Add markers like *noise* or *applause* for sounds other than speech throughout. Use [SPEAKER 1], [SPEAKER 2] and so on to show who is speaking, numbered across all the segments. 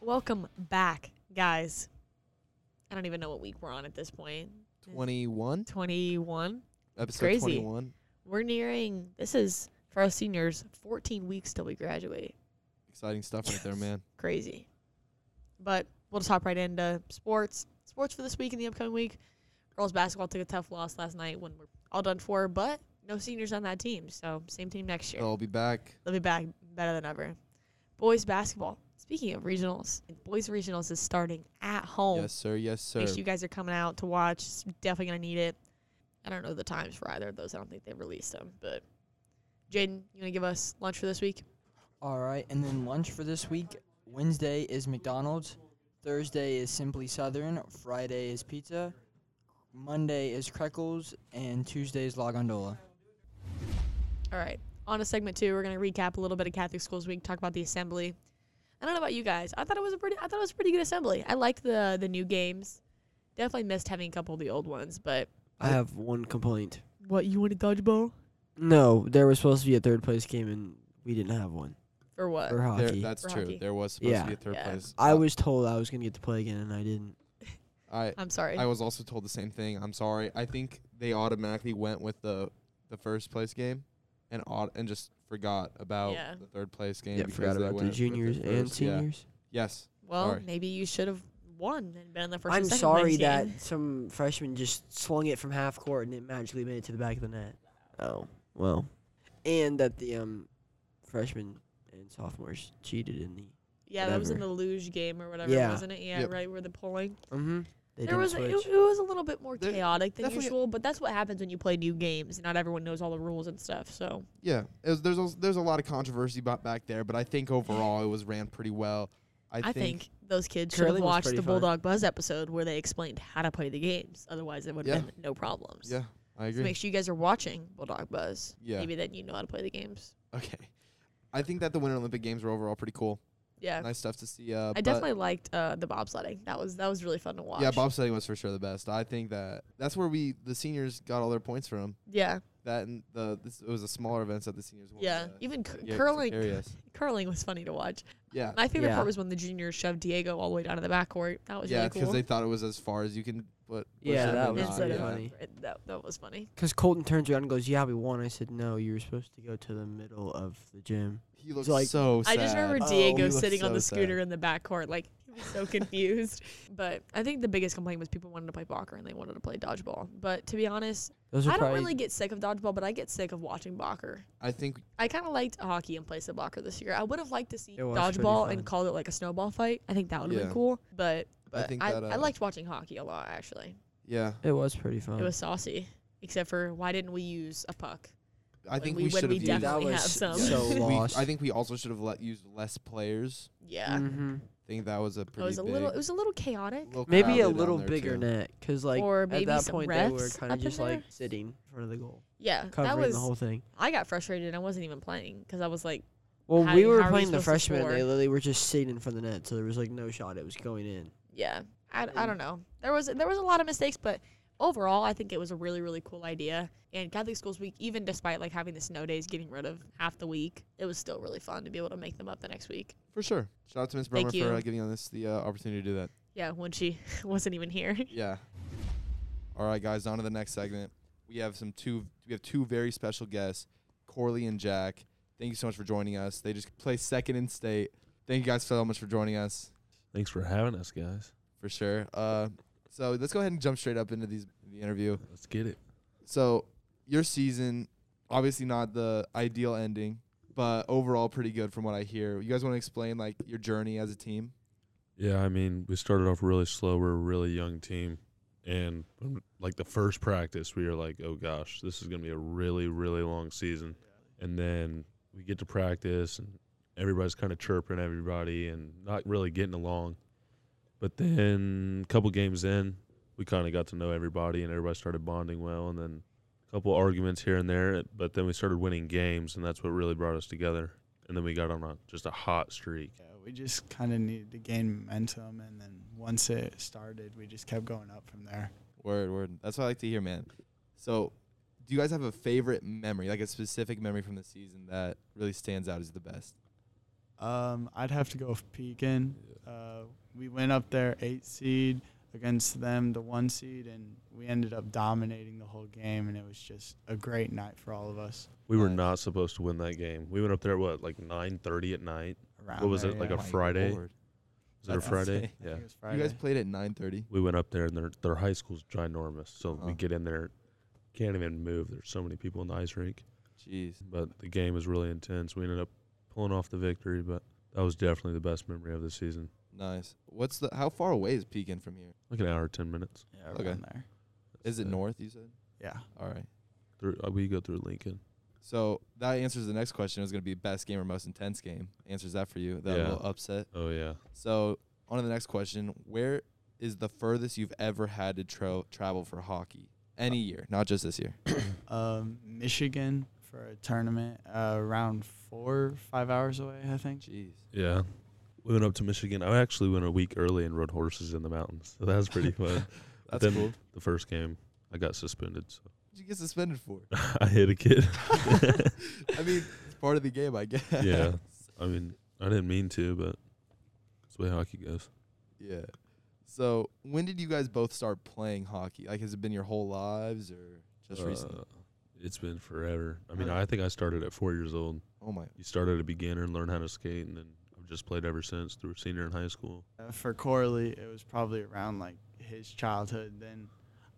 [SPEAKER 1] Welcome back, guys. I don't even know what week we're on at this point.
[SPEAKER 2] 21
[SPEAKER 1] 21.
[SPEAKER 2] episode
[SPEAKER 1] crazy.
[SPEAKER 2] 21
[SPEAKER 1] We're nearing, this is for us seniors, 14 weeks till we graduate.
[SPEAKER 2] exciting stuff right there
[SPEAKER 1] *laughs*
[SPEAKER 2] man
[SPEAKER 1] Crazy. But we'll just hop right into sports. Sports for this week and the upcoming week. Girls basketball took a tough loss last night when we're all done for, but no seniors on that team. So same team next year.
[SPEAKER 2] i'll be back
[SPEAKER 1] They'll be back better than ever. Boys basketball. Speaking of regionals, boys regionals is starting at home.
[SPEAKER 2] yes sir yes sir
[SPEAKER 1] Make sure Oh. you guys are coming out to watch. It's definitely gonna need it. I don't know the times for either of those. I don't think they released them. But Jaden, you gonna give us lunch for this week?
[SPEAKER 3] All right, and then lunch for this week. Wednesday is McDonald's. Thursday is Simply Southern. Friday is pizza. Monday is Crackles, and Tuesday is La Gondola.
[SPEAKER 1] All right. On to segment two, we're gonna recap a little bit of Catholic Schools Week. Talk about the assembly. I don't know about you guys. I thought it was a pretty. I thought it was a pretty good assembly. I liked the the new games. Definitely missed having a couple of the old ones, but
[SPEAKER 4] I have one complaint.
[SPEAKER 1] what you want to dodgeball
[SPEAKER 4] No, there was supposed to be a third place game and we didn't have one
[SPEAKER 1] for what?
[SPEAKER 4] for
[SPEAKER 2] There-
[SPEAKER 4] hockey.
[SPEAKER 2] that's
[SPEAKER 1] For
[SPEAKER 2] true
[SPEAKER 1] hockey.
[SPEAKER 2] there was supposed
[SPEAKER 4] Yeah.
[SPEAKER 2] to be a third
[SPEAKER 1] Yeah.
[SPEAKER 2] place
[SPEAKER 4] I was told I was gonna get to play again and I didn't.
[SPEAKER 2] i
[SPEAKER 1] I'm sorry.
[SPEAKER 2] i was also told the same thing i'm sorry i think they automatically went with the the first place game and aut- and just forgot about
[SPEAKER 1] Yeah.
[SPEAKER 2] the third place game
[SPEAKER 4] Yeah,
[SPEAKER 2] because
[SPEAKER 4] forgot
[SPEAKER 2] they
[SPEAKER 4] about
[SPEAKER 2] went
[SPEAKER 4] the
[SPEAKER 2] with
[SPEAKER 4] juniors and
[SPEAKER 2] first- yeah.
[SPEAKER 4] seniors.
[SPEAKER 2] yes
[SPEAKER 1] well,
[SPEAKER 2] sorry.
[SPEAKER 1] maybe you should have won and been in the 1st
[SPEAKER 4] I'm
[SPEAKER 1] and second
[SPEAKER 4] sorry
[SPEAKER 1] place
[SPEAKER 4] that
[SPEAKER 1] game.
[SPEAKER 4] some freshman just slung it from half court and it magically made it to the back of the net. Oh well, and that the um freshmen and sophomores cheated in the.
[SPEAKER 1] Yeah, that was in the
[SPEAKER 4] Whatever.
[SPEAKER 1] luge game or whatever,
[SPEAKER 4] Yeah.
[SPEAKER 1] wasn't it? Yeah,
[SPEAKER 2] Yep.
[SPEAKER 1] right where the polling.
[SPEAKER 4] Mm-hmm. They
[SPEAKER 1] there
[SPEAKER 4] didn't
[SPEAKER 1] was it,
[SPEAKER 4] switch.
[SPEAKER 1] it was a little bit more
[SPEAKER 2] There-
[SPEAKER 1] chaotic than
[SPEAKER 2] definitely-
[SPEAKER 1] usual, but that's what happens when you play new games. Not everyone knows all the rules and stuff. So
[SPEAKER 2] yeah it was, there's a, there's a lot of controversy about back there but i think overall it was ran pretty well i,
[SPEAKER 1] I, think, those kids should have
[SPEAKER 4] curling was
[SPEAKER 1] watched
[SPEAKER 4] pretty
[SPEAKER 1] the
[SPEAKER 4] fun.
[SPEAKER 1] Bulldog Buzz episode where they explained how to play the games. Otherwise, it would have
[SPEAKER 2] Yeah.
[SPEAKER 1] been no problems.
[SPEAKER 2] yeah i
[SPEAKER 1] So
[SPEAKER 2] agree
[SPEAKER 1] make sure you guys are watching Bulldog Buzz.
[SPEAKER 2] Yeah.
[SPEAKER 1] Maybe then you know how to play the games.
[SPEAKER 2] Okay. I think that the Winter Olympic Games were overall pretty cool.
[SPEAKER 1] Yeah.
[SPEAKER 2] Nice stuff to see. Uh,
[SPEAKER 1] I
[SPEAKER 2] but-
[SPEAKER 1] definitely liked uh, the bobsledding. That was that was really fun to watch.
[SPEAKER 2] Yeah, bobsledding was for sure the best. I think that that's where we the seniors got all their points from.
[SPEAKER 1] Yeah,
[SPEAKER 2] That and the this it was a smaller events that the seniors won.
[SPEAKER 1] yeah.
[SPEAKER 2] uh,
[SPEAKER 1] Even cur-
[SPEAKER 2] yeah,
[SPEAKER 1] curling, *laughs*
[SPEAKER 2] areas.
[SPEAKER 1] curling was funny to watch.
[SPEAKER 2] Yeah.
[SPEAKER 1] My favorite
[SPEAKER 4] Yeah.
[SPEAKER 1] part was when the juniors shoved Diego all the way down to the backcourt. That was
[SPEAKER 2] yeah,
[SPEAKER 1] really cool.
[SPEAKER 2] they thought it was as far as you can put. push
[SPEAKER 4] Yeah,
[SPEAKER 2] it
[SPEAKER 4] that
[SPEAKER 2] or
[SPEAKER 4] was
[SPEAKER 2] not,
[SPEAKER 4] pretty
[SPEAKER 2] yeah.
[SPEAKER 4] funny.
[SPEAKER 1] It- That, that was funny.
[SPEAKER 4] Because Colton turns around and goes, "Yeah, we won." I said, "No, you were supposed to go to the middle of the gym."
[SPEAKER 2] He looked
[SPEAKER 4] like-
[SPEAKER 2] so sad.
[SPEAKER 1] I just remember
[SPEAKER 2] Oh, he
[SPEAKER 1] Diego
[SPEAKER 2] looked
[SPEAKER 1] sitting on
[SPEAKER 2] so
[SPEAKER 1] the
[SPEAKER 2] sad.
[SPEAKER 1] scooter in the backcourt, like he was so confused. *laughs* But I think the biggest complaint was people wanted to play Bocker and they wanted to play dodgeball. But to be honest,
[SPEAKER 4] Those are
[SPEAKER 1] I don't
[SPEAKER 4] probably
[SPEAKER 1] really get sick of dodgeball, but I get sick of watching Bocker.
[SPEAKER 2] I think
[SPEAKER 1] I kind of liked hockey in place of Bocker this year. I would have liked to see
[SPEAKER 4] It was pretty
[SPEAKER 1] dodgeball and
[SPEAKER 4] fun.
[SPEAKER 1] called it like a snowball fight. I think that would have
[SPEAKER 2] Yeah.
[SPEAKER 1] been cool. But
[SPEAKER 2] I
[SPEAKER 1] but I,
[SPEAKER 2] think
[SPEAKER 1] I,
[SPEAKER 2] that, uh,
[SPEAKER 1] liked watching hockey a lot actually.
[SPEAKER 2] yeah.
[SPEAKER 4] it was pretty fun.
[SPEAKER 1] It was saucy, except for why didn't we use a puck?
[SPEAKER 2] I think
[SPEAKER 1] we-
[SPEAKER 2] we
[SPEAKER 1] when
[SPEAKER 2] should have
[SPEAKER 1] we
[SPEAKER 2] used.
[SPEAKER 1] definitely
[SPEAKER 4] That
[SPEAKER 1] have
[SPEAKER 4] was
[SPEAKER 1] some.
[SPEAKER 4] so
[SPEAKER 1] *laughs*
[SPEAKER 2] We-
[SPEAKER 4] lost.
[SPEAKER 2] I think we also should have let used less players.
[SPEAKER 1] Yeah, Mm-hmm.
[SPEAKER 4] Mhm.
[SPEAKER 2] I think that was a
[SPEAKER 1] it
[SPEAKER 2] Mm, pretty
[SPEAKER 1] was a
[SPEAKER 2] big,
[SPEAKER 1] little. It was a little chaotic.
[SPEAKER 2] little
[SPEAKER 4] Maybe
[SPEAKER 2] crowded
[SPEAKER 4] a
[SPEAKER 2] on
[SPEAKER 4] little
[SPEAKER 2] there,
[SPEAKER 4] bigger
[SPEAKER 2] too.
[SPEAKER 4] net, because like
[SPEAKER 1] Or maybe
[SPEAKER 4] at that
[SPEAKER 1] some
[SPEAKER 4] point they were
[SPEAKER 1] refs
[SPEAKER 4] kind
[SPEAKER 1] up
[SPEAKER 4] of
[SPEAKER 1] in
[SPEAKER 4] just like
[SPEAKER 1] there?
[SPEAKER 4] sitting in front of the goal,
[SPEAKER 1] Yeah, that
[SPEAKER 4] covering
[SPEAKER 1] was.
[SPEAKER 4] the whole thing.
[SPEAKER 1] I got frustrated. and I wasn't even playing because I was like,
[SPEAKER 4] Well,
[SPEAKER 1] How
[SPEAKER 4] we
[SPEAKER 1] do-
[SPEAKER 4] were
[SPEAKER 1] how are you
[SPEAKER 4] playing the
[SPEAKER 1] supposed to
[SPEAKER 4] freshmen. and They
[SPEAKER 1] score?
[SPEAKER 4] literally were just sitting in front of the net, so there was like no shot. It was going in.
[SPEAKER 1] yeah, I, I
[SPEAKER 4] Mm.
[SPEAKER 1] don't know. There was there was a lot of mistakes, but overall, I think it was a really really cool idea. And Catholic Schools Week, even despite like having the snow days, getting rid of half the week, it was still really fun to be able to make them up the next week.
[SPEAKER 2] For sure. Shout out to Miss
[SPEAKER 1] Thank
[SPEAKER 2] Bremer for uh,
[SPEAKER 1] you.
[SPEAKER 2] giving us the uh, opportunity to do that.
[SPEAKER 1] Yeah, when she *laughs* wasn't even here.
[SPEAKER 2] Yeah. All right, guys. On to the next segment. We have some two. We have two very special guests, Corley and Jack. Thank you so much for joining us. They just play second in state. Thank you guys so much for joining us
[SPEAKER 5] Thanks for having us, guys.
[SPEAKER 2] for sure. Uh, so let's go ahead and jump straight up into these the interview.
[SPEAKER 5] Let's get it.
[SPEAKER 2] So your season, obviously not the ideal ending, but overall pretty good from what I hear. You guys want to explain like your journey as a team?
[SPEAKER 5] Yeah, I mean, we started off really slow. We're a really young team. And when- like the first practice, we were like, oh gosh, this is going to be a really, really long season. And then we get to practice, and everybody's kind of chirping everybody and not really getting along. But then a couple games in, we kind of got to know everybody, and everybody started bonding well. And then a couple arguments here and there, but then we started winning games, and that's what really brought us together. And then we got on a, just a hot streak.
[SPEAKER 6] Yeah, we just kind of needed to gain momentum, and then once it started, we just kept going up from there.
[SPEAKER 2] Word, word. That's what I like to hear, man. So, do you guys have a favorite memory, like a specific memory from the season that really stands out as the best?
[SPEAKER 6] Um, I'd have to go with Pekin. Uh, we went up there eight seed against them, the one seed, and we ended up dominating the whole game. And it was just a great night for all of us.
[SPEAKER 5] We were
[SPEAKER 2] Nice.
[SPEAKER 5] not supposed to win that game. We went up there at what, like nine thirty at night?
[SPEAKER 6] Around
[SPEAKER 5] What was
[SPEAKER 6] there,
[SPEAKER 5] it, like a
[SPEAKER 6] yeah.
[SPEAKER 2] My
[SPEAKER 5] Friday?
[SPEAKER 2] lord.
[SPEAKER 5] Was it a
[SPEAKER 2] That's
[SPEAKER 5] Friday?
[SPEAKER 2] insane.
[SPEAKER 6] I
[SPEAKER 5] Yeah.
[SPEAKER 6] think it was
[SPEAKER 2] You guys
[SPEAKER 6] Friday.
[SPEAKER 2] played at 9:30.
[SPEAKER 5] We went up there and their their high school's ginormous. So
[SPEAKER 2] Uh-huh.
[SPEAKER 5] we get in there, can't even move. There's so many people in the ice rink.
[SPEAKER 2] Jeez.
[SPEAKER 5] But the game was really intense. We ended up pulling off the victory, but that was definitely the best memory of the season.
[SPEAKER 2] Nice. What's the how far away is Pekin from here?
[SPEAKER 5] Like an hour, ten minutes.
[SPEAKER 6] Yeah,
[SPEAKER 2] Okay.
[SPEAKER 6] around there.
[SPEAKER 2] Is it north, you said?
[SPEAKER 6] Yeah.
[SPEAKER 2] All right.
[SPEAKER 5] Through, uh, we go through Lincoln.
[SPEAKER 2] So that answers the next question. It was going to be best game or most intense game. Answers that for you. That
[SPEAKER 5] Yeah.
[SPEAKER 2] little upset.
[SPEAKER 5] Oh yeah,
[SPEAKER 2] So on to the next question. Where is the furthest you've ever had to tra- travel for hockey? Any year, not just this year.
[SPEAKER 6] Um, Michigan for a tournament uh, around four, five hours away, I think.
[SPEAKER 2] Jeez.
[SPEAKER 5] yeah. We went up to Michigan. I actually went a week early and rode horses in the mountains. *laughs* So that
[SPEAKER 2] *laughs*
[SPEAKER 5] was pretty fun.
[SPEAKER 2] That's
[SPEAKER 5] then-
[SPEAKER 2] cool.
[SPEAKER 5] the first game, I got suspended. So *laughs*
[SPEAKER 2] What'd you get suspended for?
[SPEAKER 5] I hit a kid.
[SPEAKER 2] I mean, it's part of the game, I guess.
[SPEAKER 5] yeah, I mean, I didn't mean to, but it's the way hockey goes.
[SPEAKER 2] *laughs* Yeah. So when did you guys both start playing hockey? Like, has it been your whole lives or just recently? Uh-huh.
[SPEAKER 5] Uh, It's been forever. I mean,
[SPEAKER 2] Really?
[SPEAKER 5] I think I started at four years old.
[SPEAKER 2] Oh my.
[SPEAKER 5] You start at a beginner and learn how to skate, and then I've just played ever since through senior in high school.
[SPEAKER 6] Uh, for Corley, it was probably around like his childhood. Then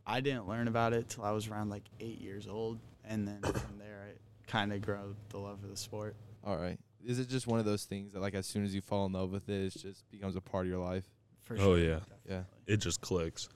[SPEAKER 6] I didn't learn about it till I was around like eight years old, and then *coughs* from there I kind of grew the love of the sport.
[SPEAKER 2] All right. Is it just one of those things that, like, as soon as you fall in love with it, it just becomes a part of your life?
[SPEAKER 6] For
[SPEAKER 5] Oh,
[SPEAKER 6] sure, Uh,
[SPEAKER 5] yeah.
[SPEAKER 2] Yeah.
[SPEAKER 5] It just clicks.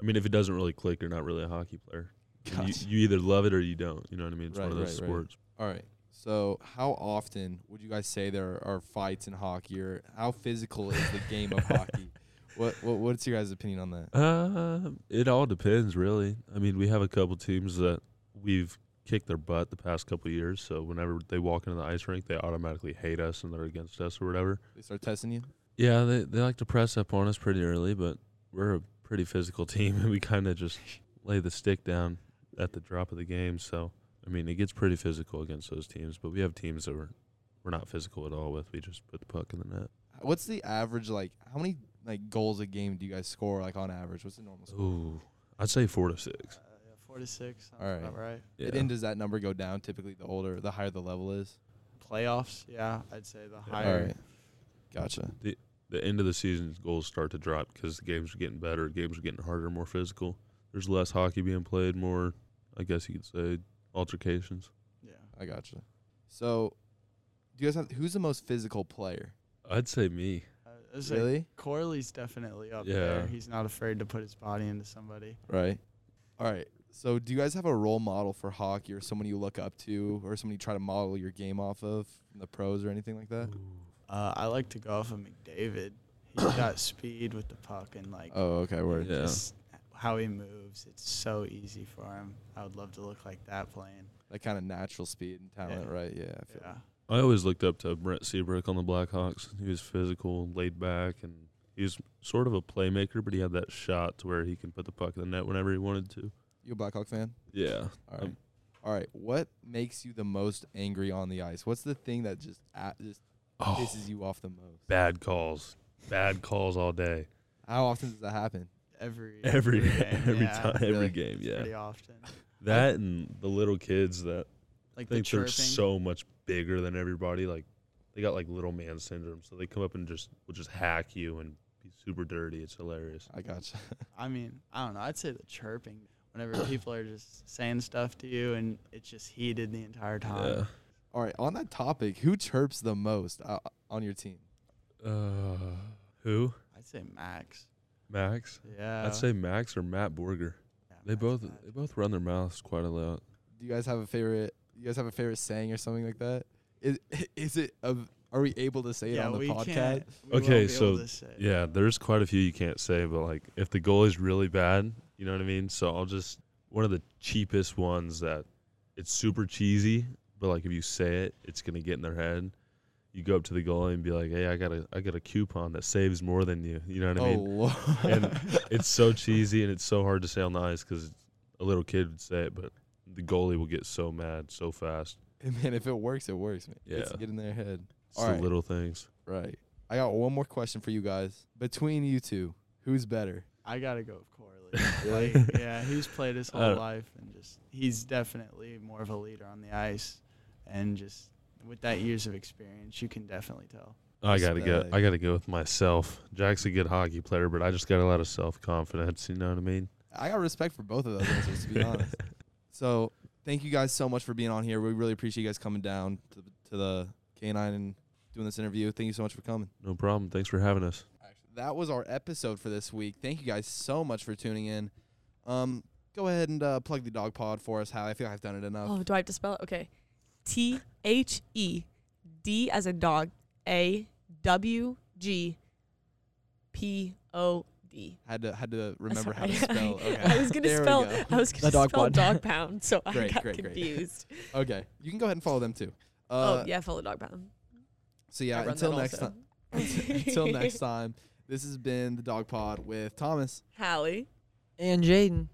[SPEAKER 5] I mean, if it doesn't really click, you're not really a hockey player. And
[SPEAKER 2] Gotcha.
[SPEAKER 5] You, you either love it or you don't. You know what I mean? It's one of
[SPEAKER 2] Right,
[SPEAKER 5] those
[SPEAKER 2] right, right.
[SPEAKER 5] sports.
[SPEAKER 2] All right. So, how often would you guys say there are fights in hockey, or how physical is the game
[SPEAKER 5] *laughs*
[SPEAKER 2] of hockey? What, what What's your guys' opinion on that?
[SPEAKER 5] Uh, it all depends, really. I mean, we have a couple teams that we've kicked their butt the past couple years. So whenever they walk into the ice rink, they automatically hate us and they're against us or whatever.
[SPEAKER 2] They start testing you.
[SPEAKER 5] Yeah, they they like to press up on us pretty early, but we're a pretty physical *laughs* team and we kind of just lay the stick down at the drop of the game. So I mean, it gets pretty physical against those teams. But we have teams that we're we're not physical at all with. We just put the puck in the net.
[SPEAKER 2] What's the average? Like, how many like goals a game do you guys score? Like on average, what's the normal score?
[SPEAKER 5] Ooh, I'd say four to six.
[SPEAKER 6] Uh, yeah, four to six. Sounds
[SPEAKER 2] All right.
[SPEAKER 6] About right.
[SPEAKER 5] Yeah.
[SPEAKER 2] And then does that number go down typically the older, the higher the level is?
[SPEAKER 6] Playoffs. Yeah, I'd say the
[SPEAKER 5] All
[SPEAKER 6] higher.
[SPEAKER 2] right. Gotcha.
[SPEAKER 5] the end of the season's goals start to drop because the games are getting better, games are getting harder, more physical. There's less hockey being played, more, I guess you could say, altercations.
[SPEAKER 6] Yeah.
[SPEAKER 2] I gotcha. So, do you guys have who's the most physical player?
[SPEAKER 5] I'd say me.
[SPEAKER 6] Uh, it's like
[SPEAKER 2] Really?
[SPEAKER 6] Corley's definitely up
[SPEAKER 5] Yeah.
[SPEAKER 6] there. He's not afraid to put his body into somebody.
[SPEAKER 2] Right. All right. So, do you guys have a role model for hockey or someone you look up to or someone you try to model your game off of from the pros or anything like that?
[SPEAKER 6] Uh, I like to go off of McDavid. He's got speed with the puck and like
[SPEAKER 2] Oh, okay. Word.
[SPEAKER 5] Yeah.
[SPEAKER 6] just how he moves. It's so easy for him. I would love to look like that playing.
[SPEAKER 2] That kind of natural speed and talent, right? Yeah. I feel
[SPEAKER 6] Yeah.
[SPEAKER 5] I always looked up to Brent Seabrook on the Blackhawks. He was physical, laid back, and he was sort of a playmaker, but he had that shot to where he can put the puck in the net whenever he wanted to.
[SPEAKER 2] You a Blackhawk fan?
[SPEAKER 5] Yeah.
[SPEAKER 2] All right.
[SPEAKER 5] Um,
[SPEAKER 2] All right. What makes you the most angry on the ice? What's the thing that just at, just
[SPEAKER 5] Oh,
[SPEAKER 2] pisses you off the most?
[SPEAKER 5] bad calls. Bad calls all
[SPEAKER 6] *laughs*
[SPEAKER 5] day.
[SPEAKER 2] How often does that happen?
[SPEAKER 6] Every
[SPEAKER 5] Every *laughs*
[SPEAKER 6] game,
[SPEAKER 5] every
[SPEAKER 6] yeah,
[SPEAKER 5] time, every
[SPEAKER 2] Really?
[SPEAKER 5] game, yeah.
[SPEAKER 6] Pretty often.
[SPEAKER 5] That and the little kids that
[SPEAKER 6] Like the
[SPEAKER 5] think they're
[SPEAKER 6] chirping.
[SPEAKER 5] so much bigger than everybody. Like they got like little man syndrome, so they come up and just will just hack you and be super dirty. It's hilarious.
[SPEAKER 2] I gotcha. *laughs*
[SPEAKER 6] I mean, I don't know. I'd say the chirping.
[SPEAKER 5] *clears throat*
[SPEAKER 6] Whenever people are just saying stuff to you and it's just heated the entire time.
[SPEAKER 2] All right. On that topic, who chirps the most uh, on your team?
[SPEAKER 5] Uh, who?
[SPEAKER 6] I'd say Max.
[SPEAKER 5] Max.
[SPEAKER 6] Yeah.
[SPEAKER 5] I'd say Max or Matt Borger.
[SPEAKER 6] Yeah,
[SPEAKER 5] They
[SPEAKER 6] Uh, Max
[SPEAKER 5] both
[SPEAKER 6] bad.
[SPEAKER 5] they both run their mouths quite a lot.
[SPEAKER 2] Do you guys have a favorite? You guys have a favorite saying or something like that? Is *laughs* is it? of are we able to say it
[SPEAKER 6] yeah,
[SPEAKER 2] on the
[SPEAKER 6] we
[SPEAKER 2] podcast?
[SPEAKER 6] Can't, we won't
[SPEAKER 5] Okay,
[SPEAKER 6] be able
[SPEAKER 5] so,
[SPEAKER 6] to say it.
[SPEAKER 5] Yeah, there's quite a few you can't say, but like if the goalie's really bad, you know what I mean. So I'll just one of the cheapest ones that it's super cheesy, but like if you say it, it's gonna get in their head. You go up to the goalie and be like, "Hey, I got a I got a coupon that saves more than you." You know what I mean?
[SPEAKER 2] oh, Lord. *laughs*
[SPEAKER 5] and it's so cheesy and it's so hard to say on the ice because a little kid would say it, but the goalie will get so mad so fast.
[SPEAKER 2] And man, if it works, it works, man. It's
[SPEAKER 5] Yeah.
[SPEAKER 2] get in their head.
[SPEAKER 5] It's the
[SPEAKER 2] Alright.
[SPEAKER 5] little things.
[SPEAKER 2] Right. I got one more question for you guys. Between you two, who's better?
[SPEAKER 6] I gotta go with Corley.
[SPEAKER 2] Really?
[SPEAKER 6] Like, yeah, he's played his
[SPEAKER 5] I
[SPEAKER 6] whole
[SPEAKER 5] don't-
[SPEAKER 6] life, and just he's definitely more of a leader on the ice, and just with that years of experience, you can definitely tell.
[SPEAKER 5] I gotta go.
[SPEAKER 2] Respect.
[SPEAKER 5] I gotta go with myself. Jack's a good hockey player, but I just got a lot of self confidence. You know what I mean?
[SPEAKER 2] I got respect for both of those answers, Oh,
[SPEAKER 5] *laughs*
[SPEAKER 2] to be honest. So thank you guys so much for being on here. We really appreciate you guys coming down to, to the K9 and doing this interview. Thank you so much for coming.
[SPEAKER 5] No problem. Thanks for having us.
[SPEAKER 2] That was our episode for this week. Thank you guys so much for tuning in. Um, go ahead and uh, plug the dog pod for us, Hallie. I feel like I've done it enough.
[SPEAKER 1] Oh, do I have to spell it? Okay. T H E D as in dog. A W G P O D.
[SPEAKER 2] Had to had to remember how to
[SPEAKER 1] Sorry. *laughs*
[SPEAKER 2] spell. Okay.
[SPEAKER 1] I was gonna
[SPEAKER 2] There we
[SPEAKER 1] spell.
[SPEAKER 2] go.
[SPEAKER 1] I was
[SPEAKER 3] The
[SPEAKER 1] gonna
[SPEAKER 3] dog
[SPEAKER 1] spell
[SPEAKER 3] pod.
[SPEAKER 1] dog pound, so I
[SPEAKER 2] Great,
[SPEAKER 1] got
[SPEAKER 2] great, great.
[SPEAKER 1] confused.
[SPEAKER 2] Okay. You can go ahead and follow them too.
[SPEAKER 1] oh
[SPEAKER 2] *laughs* Uh,
[SPEAKER 1] yeah, follow dog pound.
[SPEAKER 2] So
[SPEAKER 1] I
[SPEAKER 2] yeah,
[SPEAKER 1] run
[SPEAKER 2] until
[SPEAKER 1] that
[SPEAKER 2] next
[SPEAKER 1] also.
[SPEAKER 2] time. *laughs*
[SPEAKER 1] *laughs*
[SPEAKER 2] until next time. This has been the Dog Pod with Thomas.
[SPEAKER 1] Hallie.
[SPEAKER 3] And Jaden.